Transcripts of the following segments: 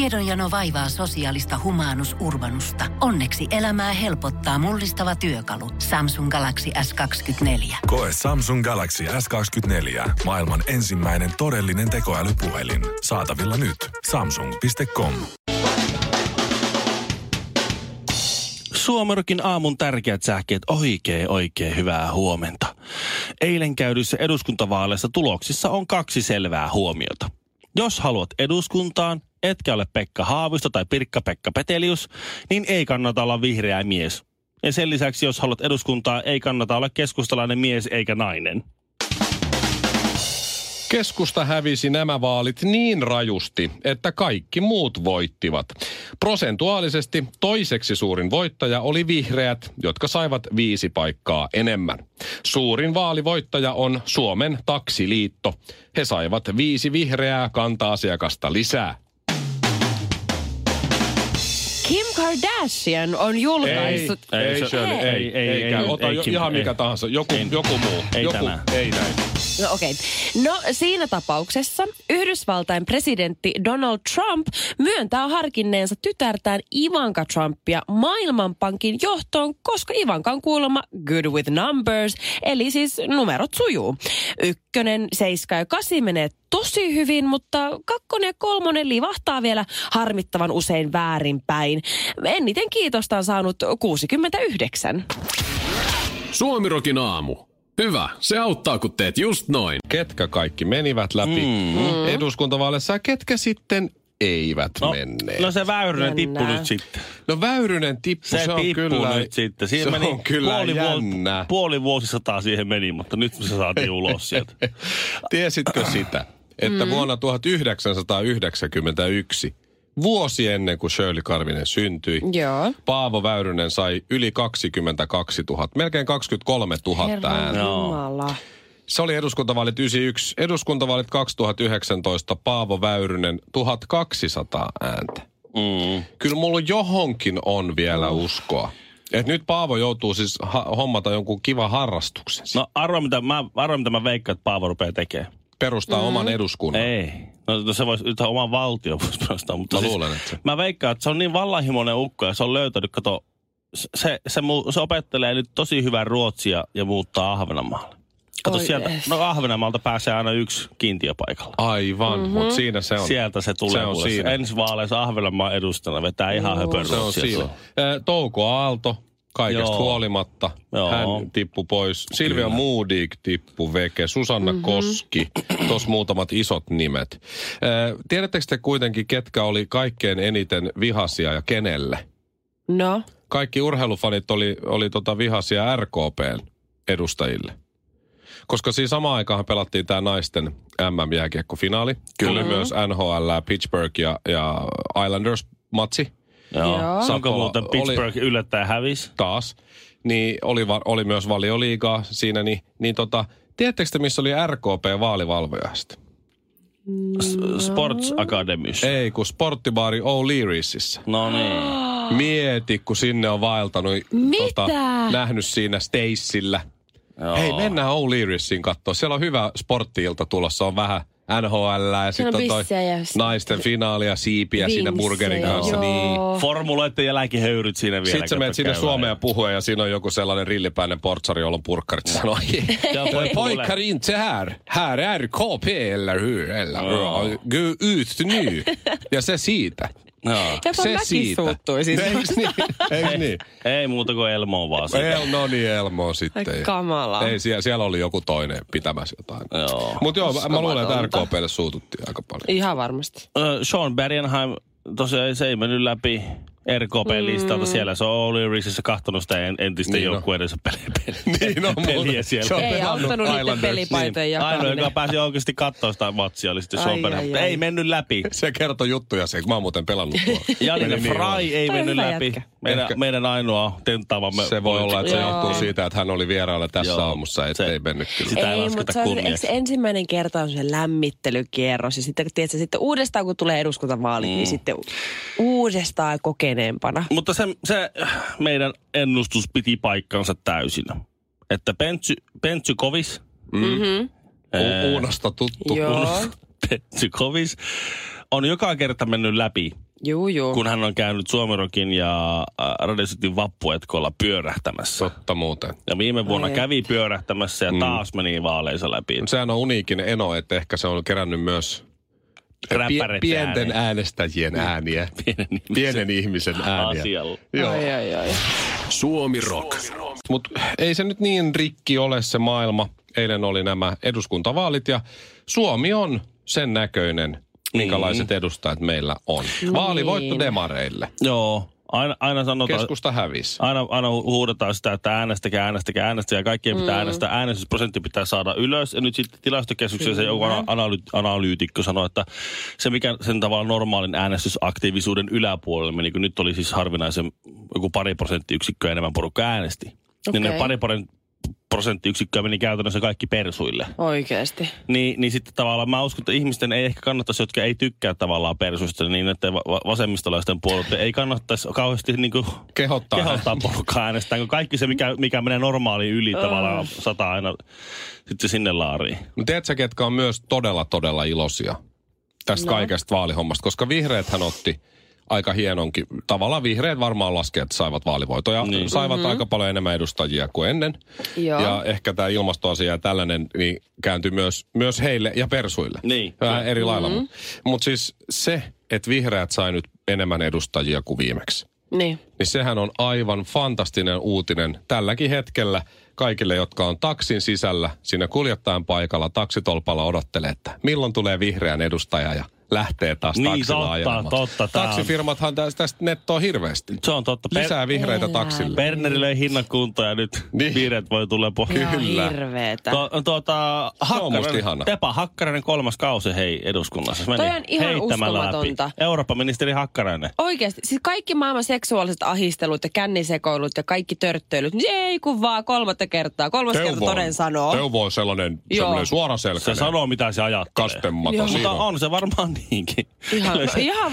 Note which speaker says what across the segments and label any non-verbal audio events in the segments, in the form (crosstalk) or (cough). Speaker 1: Tiedonjano vaivaa sosiaalista humanus urbanusta. Onneksi elämää helpottaa mullistava työkalu. Samsung Galaxy S24.
Speaker 2: Koe Samsung Galaxy S24. Maailman ensimmäinen todellinen tekoälypuhelin. Saatavilla nyt. Samsung.com.
Speaker 3: Suomerokin aamun tärkeät sähkeet oikein oikein hyvää huomenta. Eilen käydyissä eduskuntavaaleissa tuloksissa on kaksi selvää huomiota. Jos haluat eduskuntaan, etkä ole Pekka Haavisto tai Pirkka-Pekka Petelius, niin ei kannata olla vihreä mies. Ja sen lisäksi, jos haluat eduskuntaa, ei kannata olla keskustalainen mies eikä nainen.
Speaker 4: Keskusta hävisi nämä vaalit niin rajusti, että kaikki muut voittivat. Prosentuaalisesti toiseksi suurin voittaja oli vihreät, jotka saivat viisi paikkaa enemmän. Suurin vaalivoittaja on Suomen taksiliitto. He saivat viisi vihreää kanta-asiakasta lisää.
Speaker 5: Kim Kardashian on julkaissut...
Speaker 4: Ei, ei,
Speaker 3: Ei,
Speaker 4: Shirley, ei, ei, ei, ei, ei,
Speaker 3: ei,
Speaker 4: Ota
Speaker 3: ei,
Speaker 4: jo,
Speaker 3: Kim,
Speaker 4: ihan
Speaker 3: ei.
Speaker 4: mikä tahansa, joku,
Speaker 3: Ei.
Speaker 4: joku muu.
Speaker 3: Ei
Speaker 4: joku,
Speaker 3: tänään.
Speaker 4: Ei näin.
Speaker 5: No okei. Okay. No siinä tapauksessa Yhdysvaltain presidentti Donald Trump myöntää harkinneensa tytärtään Ivanka Trumpia Maailmanpankin johtoon, koska Ivankan kuulemma good with numbers, eli siis numerot sujuu. Ykkönen, seiska ja kasi menee tosi hyvin, mutta kakkonen ja kolmonen livahtaa vielä harmittavan usein väärinpäin. Eniten kiitosta on saanut 69.
Speaker 6: Suomirokin aamu. Hyvä, se auttaa kun teet just noin.
Speaker 4: Ketkä kaikki menivät läpi mm. eduskuntavaaleissa ja ketkä sitten eivät no, menneet?
Speaker 3: no se Väyrynen tippu
Speaker 5: Mennään.
Speaker 3: nyt sitten.
Speaker 4: No Väyrynen tippu,
Speaker 3: Se,
Speaker 4: se,
Speaker 3: se
Speaker 4: on
Speaker 3: tippuu
Speaker 4: kyllä,
Speaker 3: nyt sitten. Siinä
Speaker 4: se
Speaker 3: meni
Speaker 4: on kyllä
Speaker 3: puoli,
Speaker 4: jännä.
Speaker 3: Vuosi, puoli vuosisataa siihen meni, mutta nyt se saatiin ulos
Speaker 4: (laughs)
Speaker 3: sieltä.
Speaker 4: Tiesitkö sitä, että mm. vuonna 1991, vuosi ennen kuin Shirley Karvinen syntyi,
Speaker 5: Joo.
Speaker 4: Paavo Väyrynen sai yli 22 000, melkein 23 000 ääntä.
Speaker 5: Jumala.
Speaker 4: Se oli eduskuntavaalit 91, eduskuntavaalit 2019, Paavo Väyrynen 1200 ääntä.
Speaker 3: Mm.
Speaker 4: Kyllä mulla johonkin on vielä uskoa. Et nyt Paavo joutuu siis ha- hommata jonkun kiva harrastuksen. No.
Speaker 3: No arvaa mitä, mä, arvaa, mitä mä veikkaan, että Paavo rupeaa tekemään.
Speaker 4: Perustaa mm-hmm. oman eduskunnan.
Speaker 3: Mm. Ei. No, no se voisi, nythän oman valtion voisi perustaa. Mutta
Speaker 4: Mä
Speaker 3: siis,
Speaker 4: luulen, että-
Speaker 3: Mä veikkaan, että se on niin vallanhimoinen ukko ja se on löytänyt, kato, se, se, se, mu- se opettelee nyt tosi hyvää ruotsia ja muuttaa Ahvenanmaalle. Kato
Speaker 5: Oi
Speaker 3: sieltä,
Speaker 5: es.
Speaker 3: no Ahvenanmaalta pääsee aina yksi kiintiöpaikalla.
Speaker 4: Aivan, mm-hmm. mutta siinä se on.
Speaker 3: Sieltä se tulee.
Speaker 4: Se on
Speaker 3: kuule.
Speaker 4: siinä.
Speaker 3: Ensi vaaleissa Ahvenanmaan edustajana vetää ihan höpön
Speaker 4: Se on
Speaker 3: ruotsia
Speaker 4: siinä.
Speaker 3: sulle.
Speaker 4: Ö, Touko Aalto, kaikesta
Speaker 3: Joo.
Speaker 4: Joo. huolimatta,
Speaker 3: Joo.
Speaker 4: Joo. hän tippu pois. Silvia Kyllä. Moodig tippu veke, Susanna mm-hmm. Koski, tuossa muutamat isot nimet. Ö, Tiedättekö te kuitenkin, ketkä oli kaikkein eniten vihasia ja kenelle?
Speaker 5: No.
Speaker 4: Kaikki urheilufanit oli, oli tota vihasia RKPn edustajille. Koska siinä samaan aikaan pelattiin tämä naisten MM-jääkiekkofinaali. Kyllä. Oli myös NHL, Pittsburgh ja, ja Islanders-matsi.
Speaker 3: Joo.
Speaker 5: Joo.
Speaker 3: Onko
Speaker 4: Sakola
Speaker 3: muuten
Speaker 4: oli-
Speaker 3: Pittsburgh yllättäen hävis?
Speaker 4: taas, niin oli, va- oli myös valioliigaa siinä, niin, niin tota, tiedättekö te, missä oli RKP vaalivalvojasta?
Speaker 3: S- Sports
Speaker 5: No.
Speaker 3: Academys.
Speaker 4: Ei, kun sporttibaari O'Leary'sissä.
Speaker 3: No niin.
Speaker 4: Mieti, kun sinne on vaeltanut,
Speaker 5: Ah.
Speaker 4: tota,
Speaker 5: Mitä?
Speaker 4: nähnyt siinä Stacella. Hei, mennään O'Leary'siin katsoa. Siellä on hyvä sporttiilta tulossa, on vähän NHL ja
Speaker 5: Siellä on
Speaker 4: sitten on toi
Speaker 5: bissejä ja sit-
Speaker 4: naisten finaalia, siipiä siinä
Speaker 5: Vinksejä,
Speaker 4: burgerin kanssa.
Speaker 5: joo.
Speaker 4: Niin.
Speaker 3: Formuloiden jälkeen höyryt siinä vielä.
Speaker 4: Sitten sä menet sinne Suomeen ja puhua ja siinä on joku sellainen rillipäinen portsari, jolla on purkkarit. Sä Sanoo,
Speaker 5: (laughs)
Speaker 3: Ja voi
Speaker 4: pojkar inte här. Här är KP, eller hur? Eller,
Speaker 3: Joo.
Speaker 4: Gå ut nu. Ja se siitä.
Speaker 3: No.
Speaker 5: Jopa
Speaker 4: Se
Speaker 5: mäkin
Speaker 4: siitä.
Speaker 5: suuttui siis.
Speaker 4: Eiks niin? Eiks niin?
Speaker 3: Ei muuta kuin Elmoon vaan sitä.
Speaker 4: El, no niin, Elmo
Speaker 5: Ai
Speaker 4: sitten.
Speaker 5: kamalaa.
Speaker 4: Ei, siellä, siellä oli joku toinen pitämässä jotain.
Speaker 3: Joo.
Speaker 4: Mutta joo, mä, mä luulen, että RKPlle suututtiin aika paljon.
Speaker 5: Ihan varmasti.
Speaker 3: Ö, Sean Bergenheim, tosiaan se ei mennyt läpi RKP-listalta.
Speaker 5: Mm.
Speaker 3: Siellä se on O'Leary'sissä kahtonut sitä en, entistä niin
Speaker 4: Niin on.
Speaker 3: joukkueidensa peliä. Peli,
Speaker 4: Niin on muuten.
Speaker 3: peliä siellä.
Speaker 4: Se on
Speaker 5: Ei
Speaker 4: pelannut
Speaker 5: auttanut niiden
Speaker 4: Islanders. Niin.
Speaker 5: pelipaitojen
Speaker 3: Ainoa, joka
Speaker 5: jakaminen.
Speaker 3: pääsi oikeasti katsoa sitä matsia, oli sitten Sean
Speaker 5: Ai,
Speaker 3: Bergenheim.
Speaker 5: ai,
Speaker 3: Mutta
Speaker 5: ai.
Speaker 3: ei mennyt läpi.
Speaker 4: Se kertoi juttuja se, kun mä oon muuten pelannut tuolla.
Speaker 3: (laughs) Janine
Speaker 4: Meni niin
Speaker 3: Fry ei
Speaker 5: Toi on
Speaker 3: mennyt
Speaker 5: hyvä
Speaker 3: läpi.
Speaker 5: jätkä.
Speaker 3: Meidän,
Speaker 4: Ehkä-
Speaker 3: meidän ainoa tenttaavamme.
Speaker 4: Se voi olla, että se
Speaker 5: Joo.
Speaker 4: johtuu siitä, että hän oli vierailla tässä
Speaker 3: Joo.
Speaker 4: aamussa,
Speaker 3: Se-
Speaker 4: ettei ei mennyt kyllä.
Speaker 3: Sitä ei, lasketa
Speaker 5: mutta se on
Speaker 3: kunniaksi.
Speaker 5: se ensimmäinen kerta on se lämmittelykierros. Ja sitten, tiedätkö, sitten uudestaan, kun tulee eduskuntavaalit, mm. niin sitten uudestaan kokeneempana.
Speaker 3: Mutta se, se meidän ennustus piti paikkansa täysin. Että Pentsy, Pentsy Kovis,
Speaker 4: U- Uunasta tuttu.
Speaker 5: Joo.
Speaker 3: Pentsy Kovis on joka kerta mennyt läpi.
Speaker 5: Juu, juu.
Speaker 3: kun hän on käynyt Suomirokin ja äh, Radio Cityn vappuetkolla pyörähtämässä.
Speaker 4: Totta muuten.
Speaker 3: Ja viime vuonna
Speaker 5: Ai että.
Speaker 3: kävi pyörähtämässä
Speaker 4: Mm.
Speaker 3: ja taas meni vaaleissa läpi.
Speaker 4: Sehän on uniikin eno, että ehkä se on kerännyt myös
Speaker 3: Räppäret
Speaker 4: pienten
Speaker 3: ääneen.
Speaker 4: äänestäjien ääniä.
Speaker 3: Pienen ihmisen.
Speaker 4: Pienen ihmisen ääniä.
Speaker 3: Asialla.
Speaker 4: Joo.
Speaker 5: Ai, ai, ai.
Speaker 6: Suomi Rock.
Speaker 4: Mutta ei se nyt niin rikki ole se maailma. Eilen oli nämä eduskuntavaalit ja Suomi on sen näköinen, minkälaiset edustajat meillä on.
Speaker 5: No niin.
Speaker 4: Vaalivoitto demareille.
Speaker 3: Joo, aina, aina sanotaan...
Speaker 4: Keskusta hävisi.
Speaker 3: Aina, aina hu- huudetaan sitä, että äänestäkää, äänestäkää, äänestäkää. Kaikkien pitää mm. äänestää. Äänestysprosentti pitää saada ylös. Ja nyt sitten tilastokeskuksessa joku ana- analy- analyytikko sanoi, että se mikä sen tavalla normaalin äänestysaktiivisuuden yläpuolelle meni, kun nyt oli siis harvinaisen joku pari prosenttiyksikköä enemmän porukka äänesti. Okay. Niin ne
Speaker 5: Okei.
Speaker 3: pari paren- prosenttiyksikköä meni käytännössä kaikki persuille.
Speaker 5: Oikeesti.
Speaker 3: Niin, niin sitten tavallaan mä uskon, että ihmisten ei ehkä kannattaisi, jotka ei tykkää tavallaan persuista, niin että va- va- vasemmistolaisten puolelta ei kannattaisi kauheasti niin kuin
Speaker 4: Kehottaa.
Speaker 3: kehottaa porukkaa äänestään, kun kaikki se, mikä, mikä menee normaaliin yli
Speaker 5: Öö.
Speaker 3: tavallaan sataa aina sitten sinne laariin.
Speaker 4: No tiedätkö, ketkä on myös todella, todella iloisia tästä no. kaikesta vaalihommasta? Koska vihreäthän otti aika hienonkin. Tavallaan vihreät varmaan laskee, että saivat vaalivoitoja. Niin.
Speaker 3: Niin.
Speaker 4: Saivat mm-hmm. aika paljon enemmän edustajia kuin ennen.
Speaker 5: Joo.
Speaker 4: Ja ehkä tämä ilmastoasia ja tällainen niin kääntyi myös, myös heille ja persuille.
Speaker 3: Niin,
Speaker 4: Vähän
Speaker 3: kyllä.
Speaker 4: eri lailla. Mm-hmm. Mutta siis se, että vihreät sai nyt enemmän edustajia kuin viimeksi
Speaker 5: Niin.
Speaker 4: niin sehän on aivan fantastinen uutinen tälläkin hetkellä kaikille, jotka on taksin sisällä siinä kuljettajan paikalla taksitolpalla odottelee, että milloin tulee vihreän edustaja ja lähtee taas
Speaker 3: Niin,
Speaker 4: taksilla
Speaker 3: totta,
Speaker 4: ajelemaan.
Speaker 3: totta, tää on-
Speaker 4: Taksifirmathan tästä, tästä nettoa hirveästi.
Speaker 3: Se on totta.
Speaker 4: Lisää vihreitä
Speaker 5: Elää.
Speaker 4: taksille.
Speaker 3: Berneri löi hinnan kuntoon ja nyt
Speaker 4: Niin.
Speaker 3: niin. vihreät voi tulla pohjaan.
Speaker 5: Ihan hirveetä.
Speaker 3: To, tuota,
Speaker 4: musta ihana.
Speaker 3: Hakkarainen, Tepa Hakkarainen kolmas kausi hei eduskunnassa. Se Meni
Speaker 5: Toi on ihan
Speaker 3: heittämällä
Speaker 5: uskomatonta.
Speaker 3: Läpi. Eurooppa-ministeri Hakkarainen.
Speaker 5: Oikeasti, siis kaikki maailman seksuaaliset ahistelut ja kännisekoilut ja kaikki törttöilyt, niin ei kun vaan kolmatta kertaa. Kolmas kerta toden sanoo.
Speaker 4: Teuvo on sellainen,
Speaker 5: Joo.
Speaker 4: sellainen
Speaker 3: Se
Speaker 4: suoraselkäinen
Speaker 3: sanoo, mitä se ajattelee.
Speaker 4: kastemata.
Speaker 5: Joo.
Speaker 4: Siinä
Speaker 3: Mutta
Speaker 4: on.
Speaker 3: on se varmaan niinkin.
Speaker 5: Ihan,
Speaker 3: Kyllä se-
Speaker 5: ihan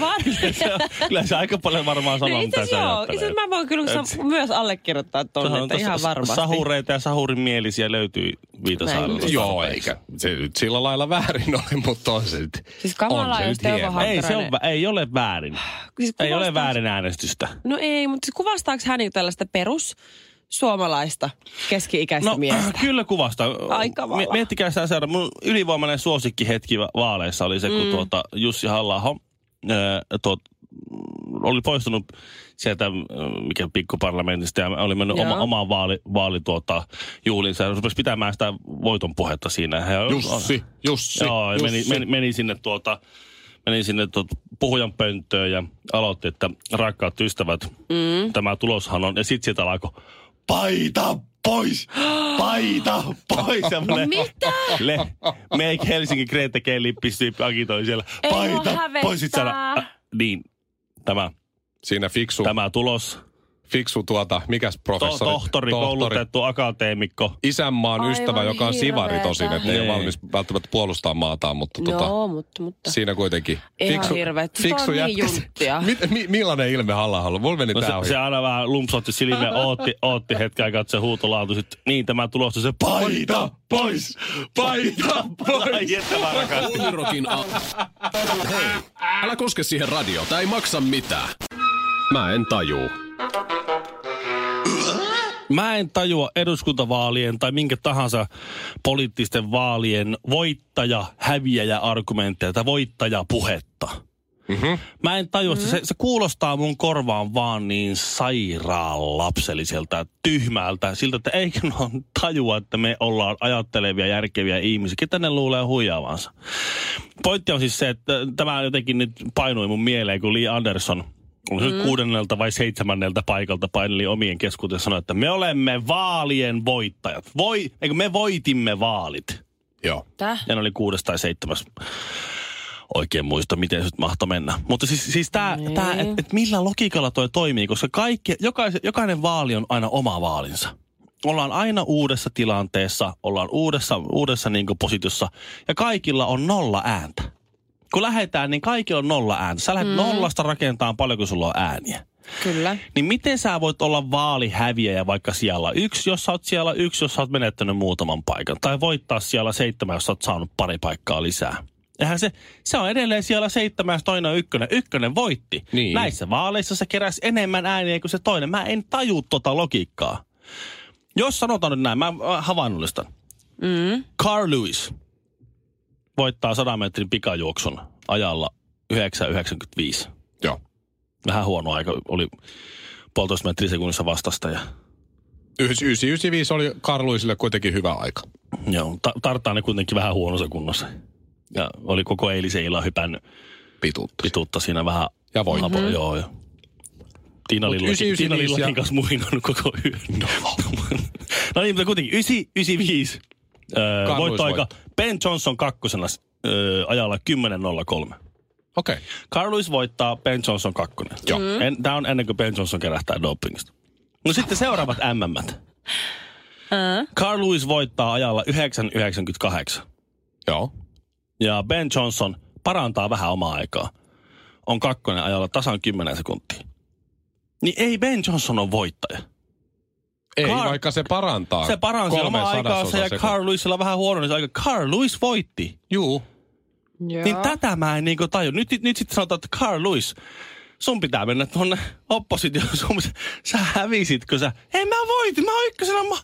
Speaker 3: (laughs)
Speaker 5: varmasti.
Speaker 3: se, kyllä se aika paljon varmaan sanoo,
Speaker 5: No itse
Speaker 3: mitä se
Speaker 5: asiassa joo,
Speaker 3: ajattelee.
Speaker 5: itse asiassa mä voin kyllä sa- myös allekirjoittaa tuonne, että ihan
Speaker 3: tuossa
Speaker 5: varmasti.
Speaker 3: Sahureita ja sahurin mielisiä löytyy Viitasaarelta.
Speaker 4: Joo,
Speaker 3: tarpeeksi.
Speaker 4: eikä. Se nyt sillä lailla väärin ole, mutta on se nyt.
Speaker 5: Siis kamalaa,
Speaker 4: on se
Speaker 5: jos
Speaker 4: nyt
Speaker 5: Teuvo
Speaker 4: hieman.
Speaker 5: Hakkarainen-
Speaker 3: Ei, se on, vä- ei ole väärin.
Speaker 5: Siis
Speaker 3: Ei ole
Speaker 5: kuvastaako-
Speaker 3: väärin äänestystä.
Speaker 5: No ei, mutta siis kuvastaako hän niinku tällaista perus suomalaista keski-ikäistä
Speaker 3: No, (clears throat)
Speaker 5: miestä?
Speaker 3: kyllä kuvasta.
Speaker 5: Ai kamala.
Speaker 3: Mi- Miettikää sitä seuraava. Mun ylivoimainen suosikki hetki va- vaaleissa oli se,
Speaker 5: Mm.
Speaker 3: kun tuota Jussi halla tuot, oli poistunut sieltä, ö, mikä pikkuparlamentista, ja oli mennyt
Speaker 5: Joo.
Speaker 3: oma, omaan vaali, vaali tuota, juhliinsa. Ja rupesi pitämään sitä voiton puhetta siinä. He,
Speaker 4: Jussi, Jussi,
Speaker 3: Joo, ja
Speaker 4: Jussi.
Speaker 3: meni, meni, meni sinne tuota, meni sinne tuota puhujan pönttöön ja aloitti, että rakkaat ystävät, mm. tämä tuloshan on. Ja sitten sieltä alkoi, paita pois, paita pois. Mitä? (laughs) Le, make Helsinki Grete K. Lippisti agitoi siellä,
Speaker 5: Ei mua
Speaker 3: paita pois. Sit siellä,
Speaker 5: hävettää.
Speaker 3: äh, niin, tämä,
Speaker 4: Siinä fiksu,
Speaker 3: tämä tulos,
Speaker 4: fiksu tuota, mikäs
Speaker 3: to,
Speaker 4: professori?
Speaker 3: tohtori, koulutettu akateemikko.
Speaker 4: Niin, isänmaan
Speaker 5: Aivan
Speaker 4: ystävä, joka on sivari
Speaker 5: hirveetä.
Speaker 4: tosin, että ei ole
Speaker 3: Niin.
Speaker 4: valmis välttämättä puolustaa maataan, mutta
Speaker 5: No,
Speaker 3: tuota.
Speaker 4: tota,
Speaker 5: mutta, mutta.
Speaker 4: siinä kuitenkin
Speaker 5: Ihan hirveet. Se on niin junttia.
Speaker 4: Mi, mi, millainen ilme halla on ollut? Mulla meni
Speaker 3: No
Speaker 4: tää
Speaker 3: se,
Speaker 4: ohi.
Speaker 3: se, aina vähän lumpsautti silmiä, ootti, ootti hetken aikaa, että se huutolaatu sitten, niin tämä tulossa se
Speaker 4: Paita pois! Paita pois!
Speaker 3: Ai että mä rakastan.
Speaker 6: Suomi Rockin a... Hei, älä koske siihen radiota, ei maksa mitään. Mä en tajuu.
Speaker 3: Mä en tajua eduskuntavaalien tai minkä tahansa poliittisten vaalien voittaja, häviäjä argumentteja tai voittajapuhetta. Mm-hmm. Mä en tajua, mm-hmm. se, se kuulostaa mun korvaan vaan niin sairaan lapselliselta, tyhmältä, siltä, että eikö ne ole tajua, että me ollaan ajattelevia, järkeviä ihmisiä. Ketä ne luulee huijaavansa? Pointti on siis se, että tämä jotenkin nyt painui mun mieleen, kun Lee Anderson on se nyt kuudennelta vai seitsemänneltä paikalta paineli omien keskuuteen ja sanoi, että me olemme vaalien voittajat. Voi, eikö me voitimme vaalit.
Speaker 4: Joo.
Speaker 5: Täh?
Speaker 3: Ja ne oli kuudes tai seitsemäs. Oikein muista, miten se nyt mahtoi mennä. Mutta siis, siis tämä,
Speaker 5: Niin.
Speaker 3: tää, että et millä logiikalla toi toimii, koska kaikki, jokaisen, jokainen vaali on aina oma vaalinsa. Ollaan aina uudessa tilanteessa, ollaan uudessa, uudessa niin positiossa ja kaikilla on nolla ääntä. Kun lähdetään, niin kaikilla on nolla ääntä. Sä lähdet mm. nollasta rakentamaan paljonko sulla on ääniä.
Speaker 5: Kyllä.
Speaker 3: Niin miten sä voit olla vaalihäviäjä vaikka siellä yksi, jos sä oot siellä yksi, jos sä oot menettänyt muutaman paikan? Tai voittaa siellä seitsemän, jos sä oot saanut pari paikkaa lisää? Eihän se, se on edelleen siellä seitsemäs, toinen on ykkönen. Ykkönen voitti.
Speaker 4: Niin.
Speaker 3: Näissä vaaleissa se keräsi enemmän ääniä kuin se toinen. Mä en taju tota logiikkaa. Jos sanotaan nyt näin, mä mä havainnollistan. Mm. Carl Lewis voittaa 100 metrin pikajuoksun ajalla 9,95.
Speaker 4: Joo.
Speaker 3: Vähän huono aika, oli puolitoista metriä sekunnissa vastasta ja
Speaker 4: Yhdys- 995 oli Karluisille kuitenkin hyvä aika.
Speaker 3: Joo, ta- tartaan ne kuitenkin vähän huonossa kunnossa. Ja oli koko eilisen illan hypännyt
Speaker 4: Pituutta.
Speaker 3: pituutta siinä vähän.
Speaker 4: Ja voitti.
Speaker 3: Mm-hmm. Joo, joo. Tiina
Speaker 4: Mhm. Mut
Speaker 3: Lillakin,
Speaker 4: 995
Speaker 3: Tiina Lillakin
Speaker 4: ja-
Speaker 3: kanssa muhinannut koko yön. (laughs) no niin, mutta kuitenkin 995. Öö,
Speaker 4: Carl
Speaker 3: voittoaika.
Speaker 4: Lewis
Speaker 3: Ben Johnson kakkosena öö, ajalla 10.03.
Speaker 4: Okei. Okay.
Speaker 3: Carl Lewis voittaa Ben Johnson kakkonen.
Speaker 4: Joo.
Speaker 3: Mm. Tämä on ennen kuin Ben Johnson kerähtää dopingista. No sitten seuraavat (laughs) MM. Carl Lewis voittaa ajalla 9.98.
Speaker 4: Joo.
Speaker 3: Ja Ben Johnson parantaa vähän omaa aikaa. On kakkonen ajalla tasan 10 sekuntia. Niin ei Ben Johnson on voittaja.
Speaker 4: Ei,
Speaker 3: Carl-
Speaker 4: vaikka se parantaa.
Speaker 3: Se paransi
Speaker 4: kolmeen
Speaker 3: omaa aikaansa
Speaker 4: sadasosaa
Speaker 3: ja
Speaker 4: sekuntia.
Speaker 3: Carl Lewisilla vähän huono niin aika. Carl Lewis voitti.
Speaker 4: Juu.
Speaker 5: Joo.
Speaker 3: Niin tätä mä en niinku taju. Nyt, nyt sitten sanotaan, että Carl Lewis, sun pitää mennä tuonne oppositioon. Sun, pitä- sä hävisit, kun sä... Ei mä voitin, mä oon ykkösenä. Mä,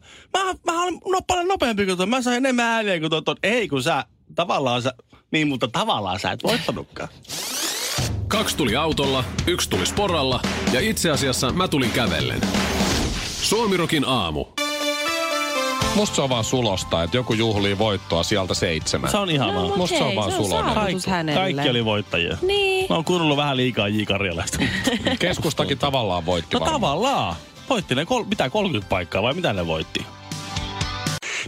Speaker 3: mä, mä olen no, paljon nopeampi kuin tuo. Mä sain enemmän ääniä kuin tuo. tuo. Ei, kun sä tavallaan sä... Niin, mutta tavallaan sä et voittanutkaan.
Speaker 6: Kaksi tuli autolla, yksi tuli sporalla ja itse asiassa mä tulin kävellen. Suomirokin aamu.
Speaker 4: Musta se on vaan sulosta, että joku juhlii voittoa sieltä seitsemän.
Speaker 3: Se on ihanaa.
Speaker 5: No, mut
Speaker 4: Musta se on
Speaker 5: hei,
Speaker 4: vaan sulonen.
Speaker 5: saavutus hänelle.
Speaker 3: kaikki oli voittajia.
Speaker 5: Niin.
Speaker 3: Mä oon kuunnellut vähän liikaa J. (laughs) Karjalaista.
Speaker 4: Keskustakin tavallaan voitti
Speaker 3: no
Speaker 4: varmaan.
Speaker 3: tavallaan. Voitti ne kol- mitä 30 paikkaa vai mitä ne voitti?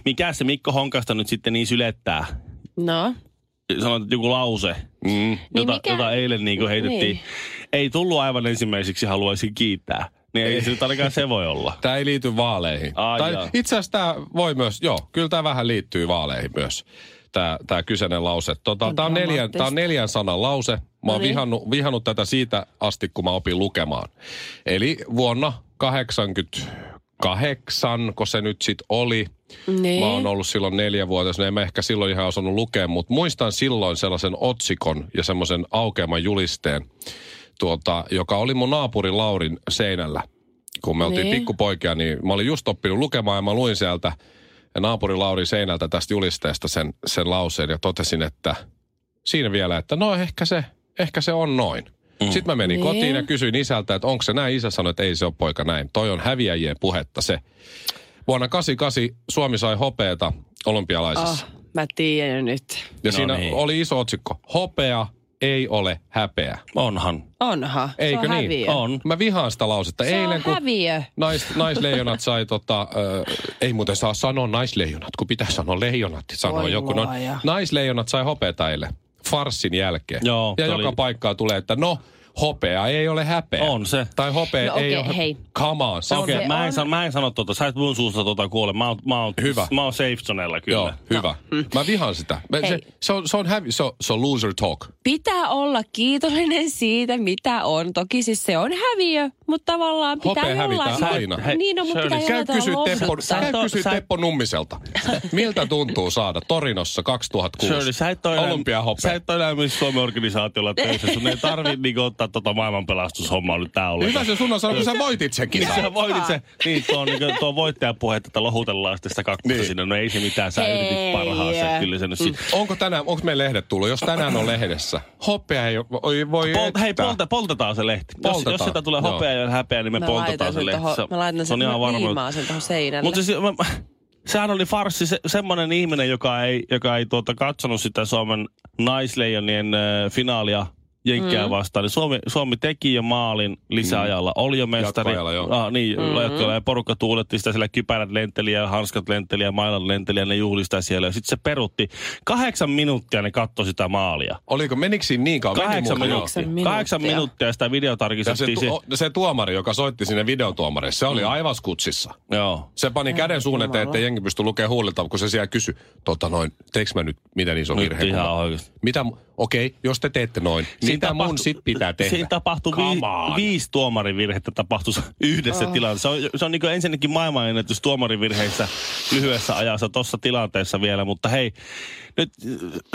Speaker 3: Mikä se Mikko Honkasta nyt sitten niin sylettää?
Speaker 5: No.
Speaker 3: Sanoit, että joku lause, mm. jota,
Speaker 5: mikä-
Speaker 3: jota eilen niin heitettiin.
Speaker 5: Niin.
Speaker 3: Niin. Ei tullut aivan ensimmäiseksi, haluaisin kiittää. Niin ei se nyt ainakaan se voi olla.
Speaker 4: Tämä ei liity vaaleihin.
Speaker 3: Ai
Speaker 4: tai
Speaker 3: jaa.
Speaker 4: itse asiassa tämä voi myös, joo, kyllä tämä vähän liittyy vaaleihin myös, tämä, tämä kyseinen lause. Tota,
Speaker 5: On
Speaker 4: tämä, on neljän,
Speaker 5: dramaattista. No niin.
Speaker 4: tämä on neljän sanan lause. Mä oon
Speaker 5: Noniin.
Speaker 4: vihannut, vihannut tätä siitä asti, kun mä opin lukemaan. Eli vuonna 88, kun se nyt sitten oli,
Speaker 5: Niin.
Speaker 4: Mä oon ollut silloin neljä vuotta, no en mä ehkä silloin ihan osannut lukea, mutta muistan silloin sellaisen otsikon ja semmoisen aukeaman julisteen, tuota, joka oli mun naapuri Laurin seinällä. Kun me oltiin
Speaker 5: Niin.
Speaker 4: pikkupoikia, niin mä olin just oppinut lukemaan ja mä luin sieltä naapuri Laurin seinältä tästä julisteesta sen, sen lauseen ja totesin, että siinä vielä, että no ehkä se, ehkä se on noin. Mm. Sitten mä menin
Speaker 5: Niin.
Speaker 4: niin. kotiin ja kysyin isältä, että onko se näin. Isä sanoi, että ei se ole poika näin. Toi on häviäjien puhetta se. Vuonna 88 Suomi sai hopeata olympialaisissa.
Speaker 5: Oh,
Speaker 4: Oh.
Speaker 5: mä tiedän jo nyt.
Speaker 4: Ja
Speaker 3: No
Speaker 4: no siinä
Speaker 3: niin.
Speaker 4: niin. oli iso otsikko. Hopea ei ole häpeä.
Speaker 3: Onhan.
Speaker 5: Onha.
Speaker 4: Eikö
Speaker 5: se on
Speaker 4: niin?
Speaker 5: Häviö.
Speaker 3: On.
Speaker 4: Mä vihaan sitä lausetta.
Speaker 5: Se
Speaker 4: Eilen
Speaker 5: on
Speaker 4: kun
Speaker 5: häviö.
Speaker 4: nais, naisleijonat sai tota, ö, ei muuten saa sanoa naisleijonat, kun pitää sanoa leijonat, sanoo
Speaker 5: Voi
Speaker 4: joku. No,
Speaker 5: luoja.
Speaker 4: naisleijonat sai hopeata eilen, farssin jälkeen.
Speaker 3: Joo,
Speaker 4: ja
Speaker 3: se
Speaker 4: joka
Speaker 3: oli-
Speaker 4: paikkaa tulee, että no, hopea ei ole häpeä.
Speaker 3: On se.
Speaker 4: Tai hopea
Speaker 5: No
Speaker 4: ei
Speaker 5: okei,
Speaker 4: ole...
Speaker 5: hei.
Speaker 4: Come on, se
Speaker 3: Okei,
Speaker 4: on...
Speaker 3: okay, mä, en sano, mä en sano tuota. Sä et mun suusta tuota kuole. Mä oon, mä oon,
Speaker 4: Hyvä.
Speaker 3: Mä oon safe zonella kyllä.
Speaker 4: Joo, hyvä. Mä vihaan sitä. Mä- Se,
Speaker 5: Mm. Hei.
Speaker 4: se, on, se, on hävi, se, on, se on loser talk.
Speaker 5: Pitää olla kiitollinen siitä, mitä on. Toki siis se on häviö, mutta tavallaan pitää
Speaker 4: Hopea hävitää
Speaker 5: jollain...
Speaker 4: aina.
Speaker 3: Hei,
Speaker 5: Niin on, mutta
Speaker 3: Shirley,
Speaker 5: pitää
Speaker 4: Käy
Speaker 5: jollain
Speaker 4: kysy,
Speaker 5: tavalla
Speaker 4: Teppo,
Speaker 5: lohduttaa.
Speaker 4: käy
Speaker 3: Sä-
Speaker 4: kysy
Speaker 3: sä-
Speaker 4: Teppo Nummiselta. Miltä tuntuu saada Torinossa 2006?
Speaker 3: Shirley, sä et ole enää, sä
Speaker 4: Olympiahopea.
Speaker 3: et ole enää myös Suomen organisaatiolla töissä. Sun ei (laughs) tarvi niinku ottaa tota maailmanpelastushommaa nyt tää ollenkaan.
Speaker 4: Hyvä se sun on sanoa, kun sä voitit sen
Speaker 3: Niin
Speaker 4: kisan.
Speaker 3: sä voitit se, niin tuo, on niinku, tuo voittajapuhe, että lohutellaan sitten sitä kakkosta niin.
Speaker 4: Niin.
Speaker 3: sinne. No ei se mitään, sä
Speaker 5: Hei.
Speaker 3: yritit parhaansa. Kyllä se nyt sit.
Speaker 4: Onko tänään, onko meillä lehdet tullut? Jos tänään on lehdessä, hopea ei voi, voi
Speaker 3: Pol, hei,
Speaker 4: että.
Speaker 3: polta, poltetaan se lehti. Jos,
Speaker 4: Poltetaan.
Speaker 3: jos sitä tulee
Speaker 4: Joo.
Speaker 3: hopea ja häpeä, niin me
Speaker 5: Mä
Speaker 3: poltetaan
Speaker 5: laitan
Speaker 3: se
Speaker 5: sen
Speaker 3: lehti.
Speaker 5: tohon-
Speaker 3: Se-
Speaker 5: mä laitan
Speaker 3: se on
Speaker 5: sen-
Speaker 3: ihan
Speaker 5: mä
Speaker 3: varmuus.
Speaker 5: liimaan sen tohon seinälle.
Speaker 3: Mutta se, siis, mä, sehän oli farsi, se, semmoinen ihminen, joka ei, joka ei tuota, katsonut sitä Suomen naisleijonien äh, finaalia Jenkkeä mm. vastaan. Niin Suomi, Suomi teki jo maalin lisäajalla. Oli jo mestari.
Speaker 4: Jatkoajalla, Mm. joo.
Speaker 3: Ah, niin, mm-hmm. ja porukka tuuletti sitä siellä kypärät lenteliä, hanskat lenteliä, mailat lenteliä, ne juhli sitä siellä. Ja sitten se perutti. Kahdeksan minuuttia ne katsoi sitä maalia.
Speaker 4: Oliko, menikö siinä niin kauan? Meni
Speaker 3: Kahdeksan
Speaker 4: muuten, joo.
Speaker 3: minuuttia.
Speaker 5: minuuttia.
Speaker 3: Kahdeksan minuuttia sitä
Speaker 4: Ja se,
Speaker 3: videotarkistettiin. si-
Speaker 4: tu- se tuomari, joka soitti sinne videotuomarille, se
Speaker 3: Mm.
Speaker 4: oli aivan skutsissa.
Speaker 3: Joo.
Speaker 4: Se pani käden suun eteen, ettei jengi pysty lukemaan huulilta, kun se siellä kysyi, tota noin, teiks mä nyt, miten iso
Speaker 3: Nyt
Speaker 4: virhe?
Speaker 3: ihan oikeasti.
Speaker 4: Mitä, mu- Okei, okay, jos te teette noin,
Speaker 3: Siinä
Speaker 4: niin tämä mun
Speaker 3: tapahtu-
Speaker 4: sit pitää tehdä.
Speaker 3: Siinä tapahtui
Speaker 4: Come
Speaker 3: vi,
Speaker 4: on.
Speaker 3: viisi tuomarivirhettä tapahtui (laughs) yhdessä oh. tilanteessa. Se on, se on niin ensinnäkin maailmanennätys tuomarivirheissä lyhyessä ajassa tuossa tilanteessa vielä, mutta hei, nyt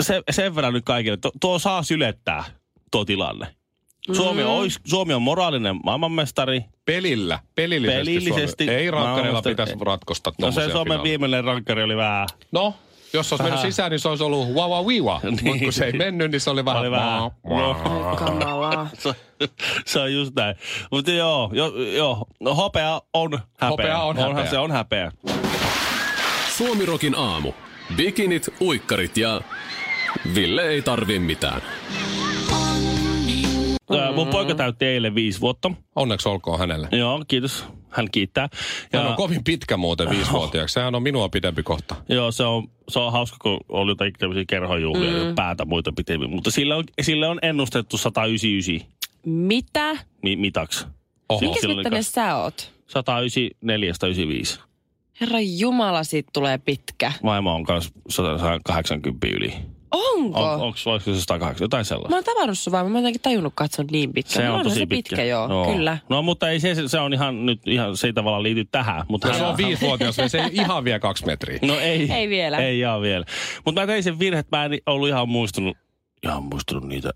Speaker 3: se, sen verran nyt kaikille, tuo, tuo saa sylettää tuo tilanne. Suomi, mm. ois, Suomi on moraalinen maailmanmestari. No
Speaker 4: Pelillä, pelillisesti.
Speaker 3: Pelillisesti.
Speaker 4: Suomi.
Speaker 3: Mä
Speaker 4: Ei rankkareilla
Speaker 3: oon sitä-
Speaker 4: pitäisi ratkosta
Speaker 3: No se
Speaker 4: tommosia
Speaker 3: Suomen
Speaker 4: finaaleja.
Speaker 3: viimeinen rankkari oli vähän...
Speaker 4: No, jos se olisi mennyt
Speaker 3: Vähän.
Speaker 4: sisään, niin se olisi ollut wow, wow, wiwa.
Speaker 3: (laughs) Niin.
Speaker 4: Mutta kun se ei mennyt, niin se oli vähän...
Speaker 3: Oli vähän.
Speaker 4: No.
Speaker 5: Ai
Speaker 3: (laughs)
Speaker 5: kamalaa.
Speaker 3: Se, se on just näin. Mutta joo, jo, joo. No, hopea on häpeä.
Speaker 4: Hopea on
Speaker 3: Onhan
Speaker 4: häpeä.
Speaker 3: se on häpeä.
Speaker 6: Suomirokin aamu. Bikinit, uikkarit ja Ville ei tarvi mitään.
Speaker 3: Mm-hmm. Mun poika täytti eilen viisi vuotta.
Speaker 4: Onneksi olkoon hänelle.
Speaker 3: Joo, kiitos. Hän kiittää.
Speaker 4: Hän on kovin pitkä muuten viisivuotiaaksi. Sehän on minua pidempi kohta.
Speaker 3: Joo, se on, se on hauska, kun oli jotakin tämmöisiä kerhojuhlia, mm. päätä muita pitemmin. Mutta sille on, sille on ennustettu 199
Speaker 5: Mitä?
Speaker 3: mi- mitaksi.
Speaker 4: Oho.
Speaker 3: Sille-
Speaker 5: Mikäs
Speaker 3: sille oli
Speaker 5: mittainen
Speaker 3: kas-
Speaker 5: sä oot?
Speaker 3: 194 195.
Speaker 5: Herra Jumala, siitä tulee pitkä.
Speaker 3: Vaimo on kanssa 180 yli.
Speaker 5: Onko?
Speaker 3: On, onko se 180? Jotain sellaista.
Speaker 5: Mä oon tavannut sun vaan, mä en jotenkin tajunnutkaan, että se on niin pitkä.
Speaker 3: Se
Speaker 5: Mutta
Speaker 3: on tosi
Speaker 5: se pitkä. joo, kyllä.
Speaker 3: No mutta ei se, se- se on ihan nyt, ihan, se ei tavallaan liity tähän. Mutta
Speaker 4: No
Speaker 3: hän-
Speaker 4: se on viisivuotias, niin se ei ihan vielä kaksi metriä.
Speaker 3: No ei.
Speaker 5: Ei vielä.
Speaker 3: Ei ihan vielä. Mutta mä tein sen virhe, että mä en ollut ihan muistunut, ihan muistunut niitä,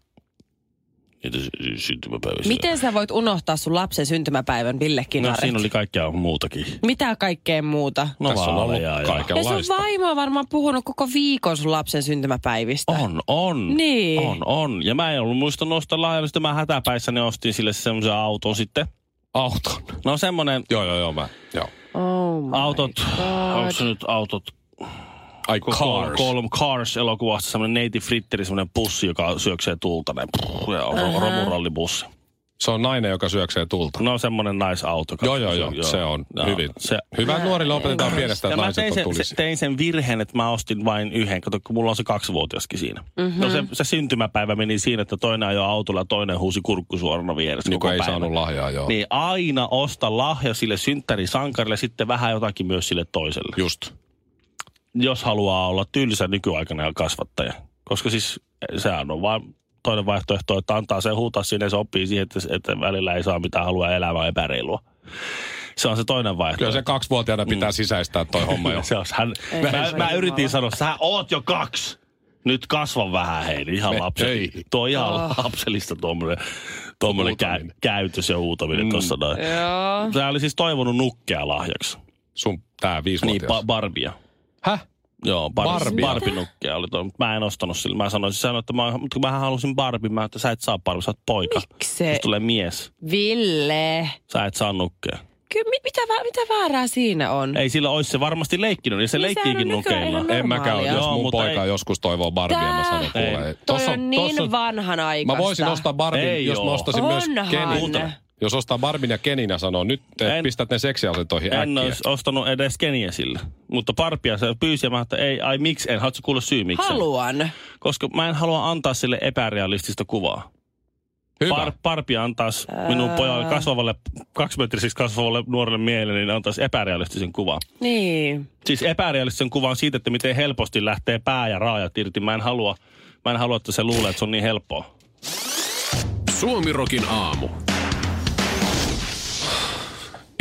Speaker 3: niitä sy- sy- syntymäpäiviä.
Speaker 5: Miten sä voit unohtaa sun lapsen syntymäpäivän Villekin
Speaker 3: No siinä oli kaikkea muutakin.
Speaker 5: Mitä kaikkea muuta?
Speaker 3: No
Speaker 4: Tässä on ollut
Speaker 3: vaaleja ja-
Speaker 5: Ja sun
Speaker 4: kaikenlaista.
Speaker 5: vaimo on varmaan puhunut koko viikon sun lapsen syntymäpäivistä.
Speaker 3: On, on.
Speaker 5: Niin.
Speaker 3: On, on. Ja mä en ollut muistanut ostaa lahjaa, sitten mä hätäpäissäni ostin sille semmoisen auton sitten.
Speaker 4: Auton.
Speaker 3: No semmonen
Speaker 4: Joo, joo, joo, mä. Joo.
Speaker 5: Oh my
Speaker 3: autot, onko se nyt autot
Speaker 4: Ai
Speaker 3: Cars.
Speaker 4: cars.
Speaker 3: Kolm Cars-elokuvasta semmoinen neiti Fritteri, semmoinen pussi, joka syöksee tulta. Näin, prrr, ja on ro- romurallibussi.
Speaker 4: Se on nainen, joka syöksee tulta.
Speaker 3: No semmoinen naisauto.
Speaker 4: Joo, joo, joo. Se on hyvin.
Speaker 3: Se,
Speaker 4: Hyvä nuorille opetetaan pienestä,
Speaker 3: ja
Speaker 4: että
Speaker 3: mä
Speaker 4: naiset
Speaker 3: tein
Speaker 4: on
Speaker 3: sen,
Speaker 4: tulisi.
Speaker 3: se, tein sen virheen, että mä ostin vain yhden. Kato, kun mulla on se kaksivuotiaskin siinä. Mm-hmm. No se, se syntymäpäivä meni siinä, että toinen ajoi autolla ja toinen huusi kurkku suorana vieressä
Speaker 4: Niin
Speaker 3: koko
Speaker 4: kuin ei
Speaker 3: päivän.
Speaker 4: saanut lahjaa, joo.
Speaker 3: Niin aina osta lahja sille synttärisankarille, sitten vähän jotakin myös sille toiselle.
Speaker 4: Just.
Speaker 3: jos haluaa olla tylsä nykyaikana ja kasvattaja. Koska siis sehän on vaan toinen vaihtoehto, että antaa sen huutaa sinne, se oppii siihen, että, että välillä ei saa mitään haluaa ja elämä on epäreilua. Se on se toinen
Speaker 4: Kyllä
Speaker 3: vaihtoehto.
Speaker 4: se
Speaker 3: Mm.
Speaker 4: kaksivuotiaana pitää sisäistää
Speaker 3: Niin.
Speaker 4: toi homma
Speaker 3: (laughs)
Speaker 4: jo.
Speaker 3: se on, hän,
Speaker 5: Ei,
Speaker 3: mä,
Speaker 5: se on
Speaker 3: mä,
Speaker 5: jumala.
Speaker 3: yritin sanoa, sä oot jo kaksi. Nyt kasva vähän hei, niin ihan
Speaker 4: Me-
Speaker 3: lapsellista.
Speaker 4: ei.
Speaker 3: Tuo on ihan
Speaker 5: Ah.
Speaker 3: oh. lapsellista tuommoinen, tuommoinen kä,
Speaker 4: Huutaminen.
Speaker 3: käytös ja huutaminen mm. tuossa noin.
Speaker 5: Joo.
Speaker 3: Sä oli siis toivonut nukkea lahjaksi.
Speaker 4: Sun tää
Speaker 3: Niin,
Speaker 4: viisivuotias.
Speaker 3: ba- Barbia.
Speaker 4: Häh?
Speaker 3: Joo, Barbie,
Speaker 4: Barbia.
Speaker 3: Barbie-nukkeja oli toi, mutta mä en ostanut sillä. Mä sanoin, siis sanoin että mä, mutta kun mä halusin Barbie, mä että sä et saa Barbie, sä oot poika.
Speaker 5: Miksi?
Speaker 3: Jos tulee mies,
Speaker 5: Ville.
Speaker 3: sä et saa nukkeja.
Speaker 5: Kyllä, mi- mitä, vä- mitä väärää siinä on?
Speaker 3: Ei sillä olisi se varmasti leikkinyt, niin se
Speaker 5: Niin sehän on
Speaker 3: leikkiikin
Speaker 5: nykyään ihan
Speaker 3: nukeilla.
Speaker 5: normaalia.
Speaker 4: En mäkään ole, jos
Speaker 3: Joo,
Speaker 4: mun
Speaker 3: mutta
Speaker 4: poika
Speaker 3: ei-
Speaker 4: joskus toivoo Barbia, mä sanon
Speaker 5: Tää-
Speaker 4: kuule.
Speaker 5: Toi
Speaker 4: tossa
Speaker 5: on niin
Speaker 4: tossa-
Speaker 5: vanhanaikaista.
Speaker 4: Mä voisin ostaa Barbin,
Speaker 3: Ei
Speaker 4: jos
Speaker 3: oo.
Speaker 4: mä ostaisin myös
Speaker 5: Onhan.
Speaker 4: Kenin. Jos ostaa Barbin ja Kenin ja sanoo, nyt te
Speaker 3: En-
Speaker 4: pistät ne seksiasentoihin
Speaker 3: En
Speaker 4: äkkiä.
Speaker 3: olisi ostanut edes keniä sillä. Mutta Barbia se pyysi ja mä että ei, ai miksi en. Haluatko kuulla syy miksi? en?
Speaker 5: Haluan.
Speaker 3: Koska mä en halua antaa sille epärealistista kuvaa.
Speaker 4: Hyvä.
Speaker 3: Par, parpi antaisi minun pojalle kasvavalle, kaksimetriseksi kasvavalle nuorelle miehelle, niin antaisi epärealistisen kuvan.
Speaker 5: Niin.
Speaker 3: siis epärealistisen kuvan siitä, että miten helposti lähtee pää ja raajat irti. Mä en halua, mä en halua että se luulee, että se on niin helppoa.
Speaker 6: Suomirokin aamu.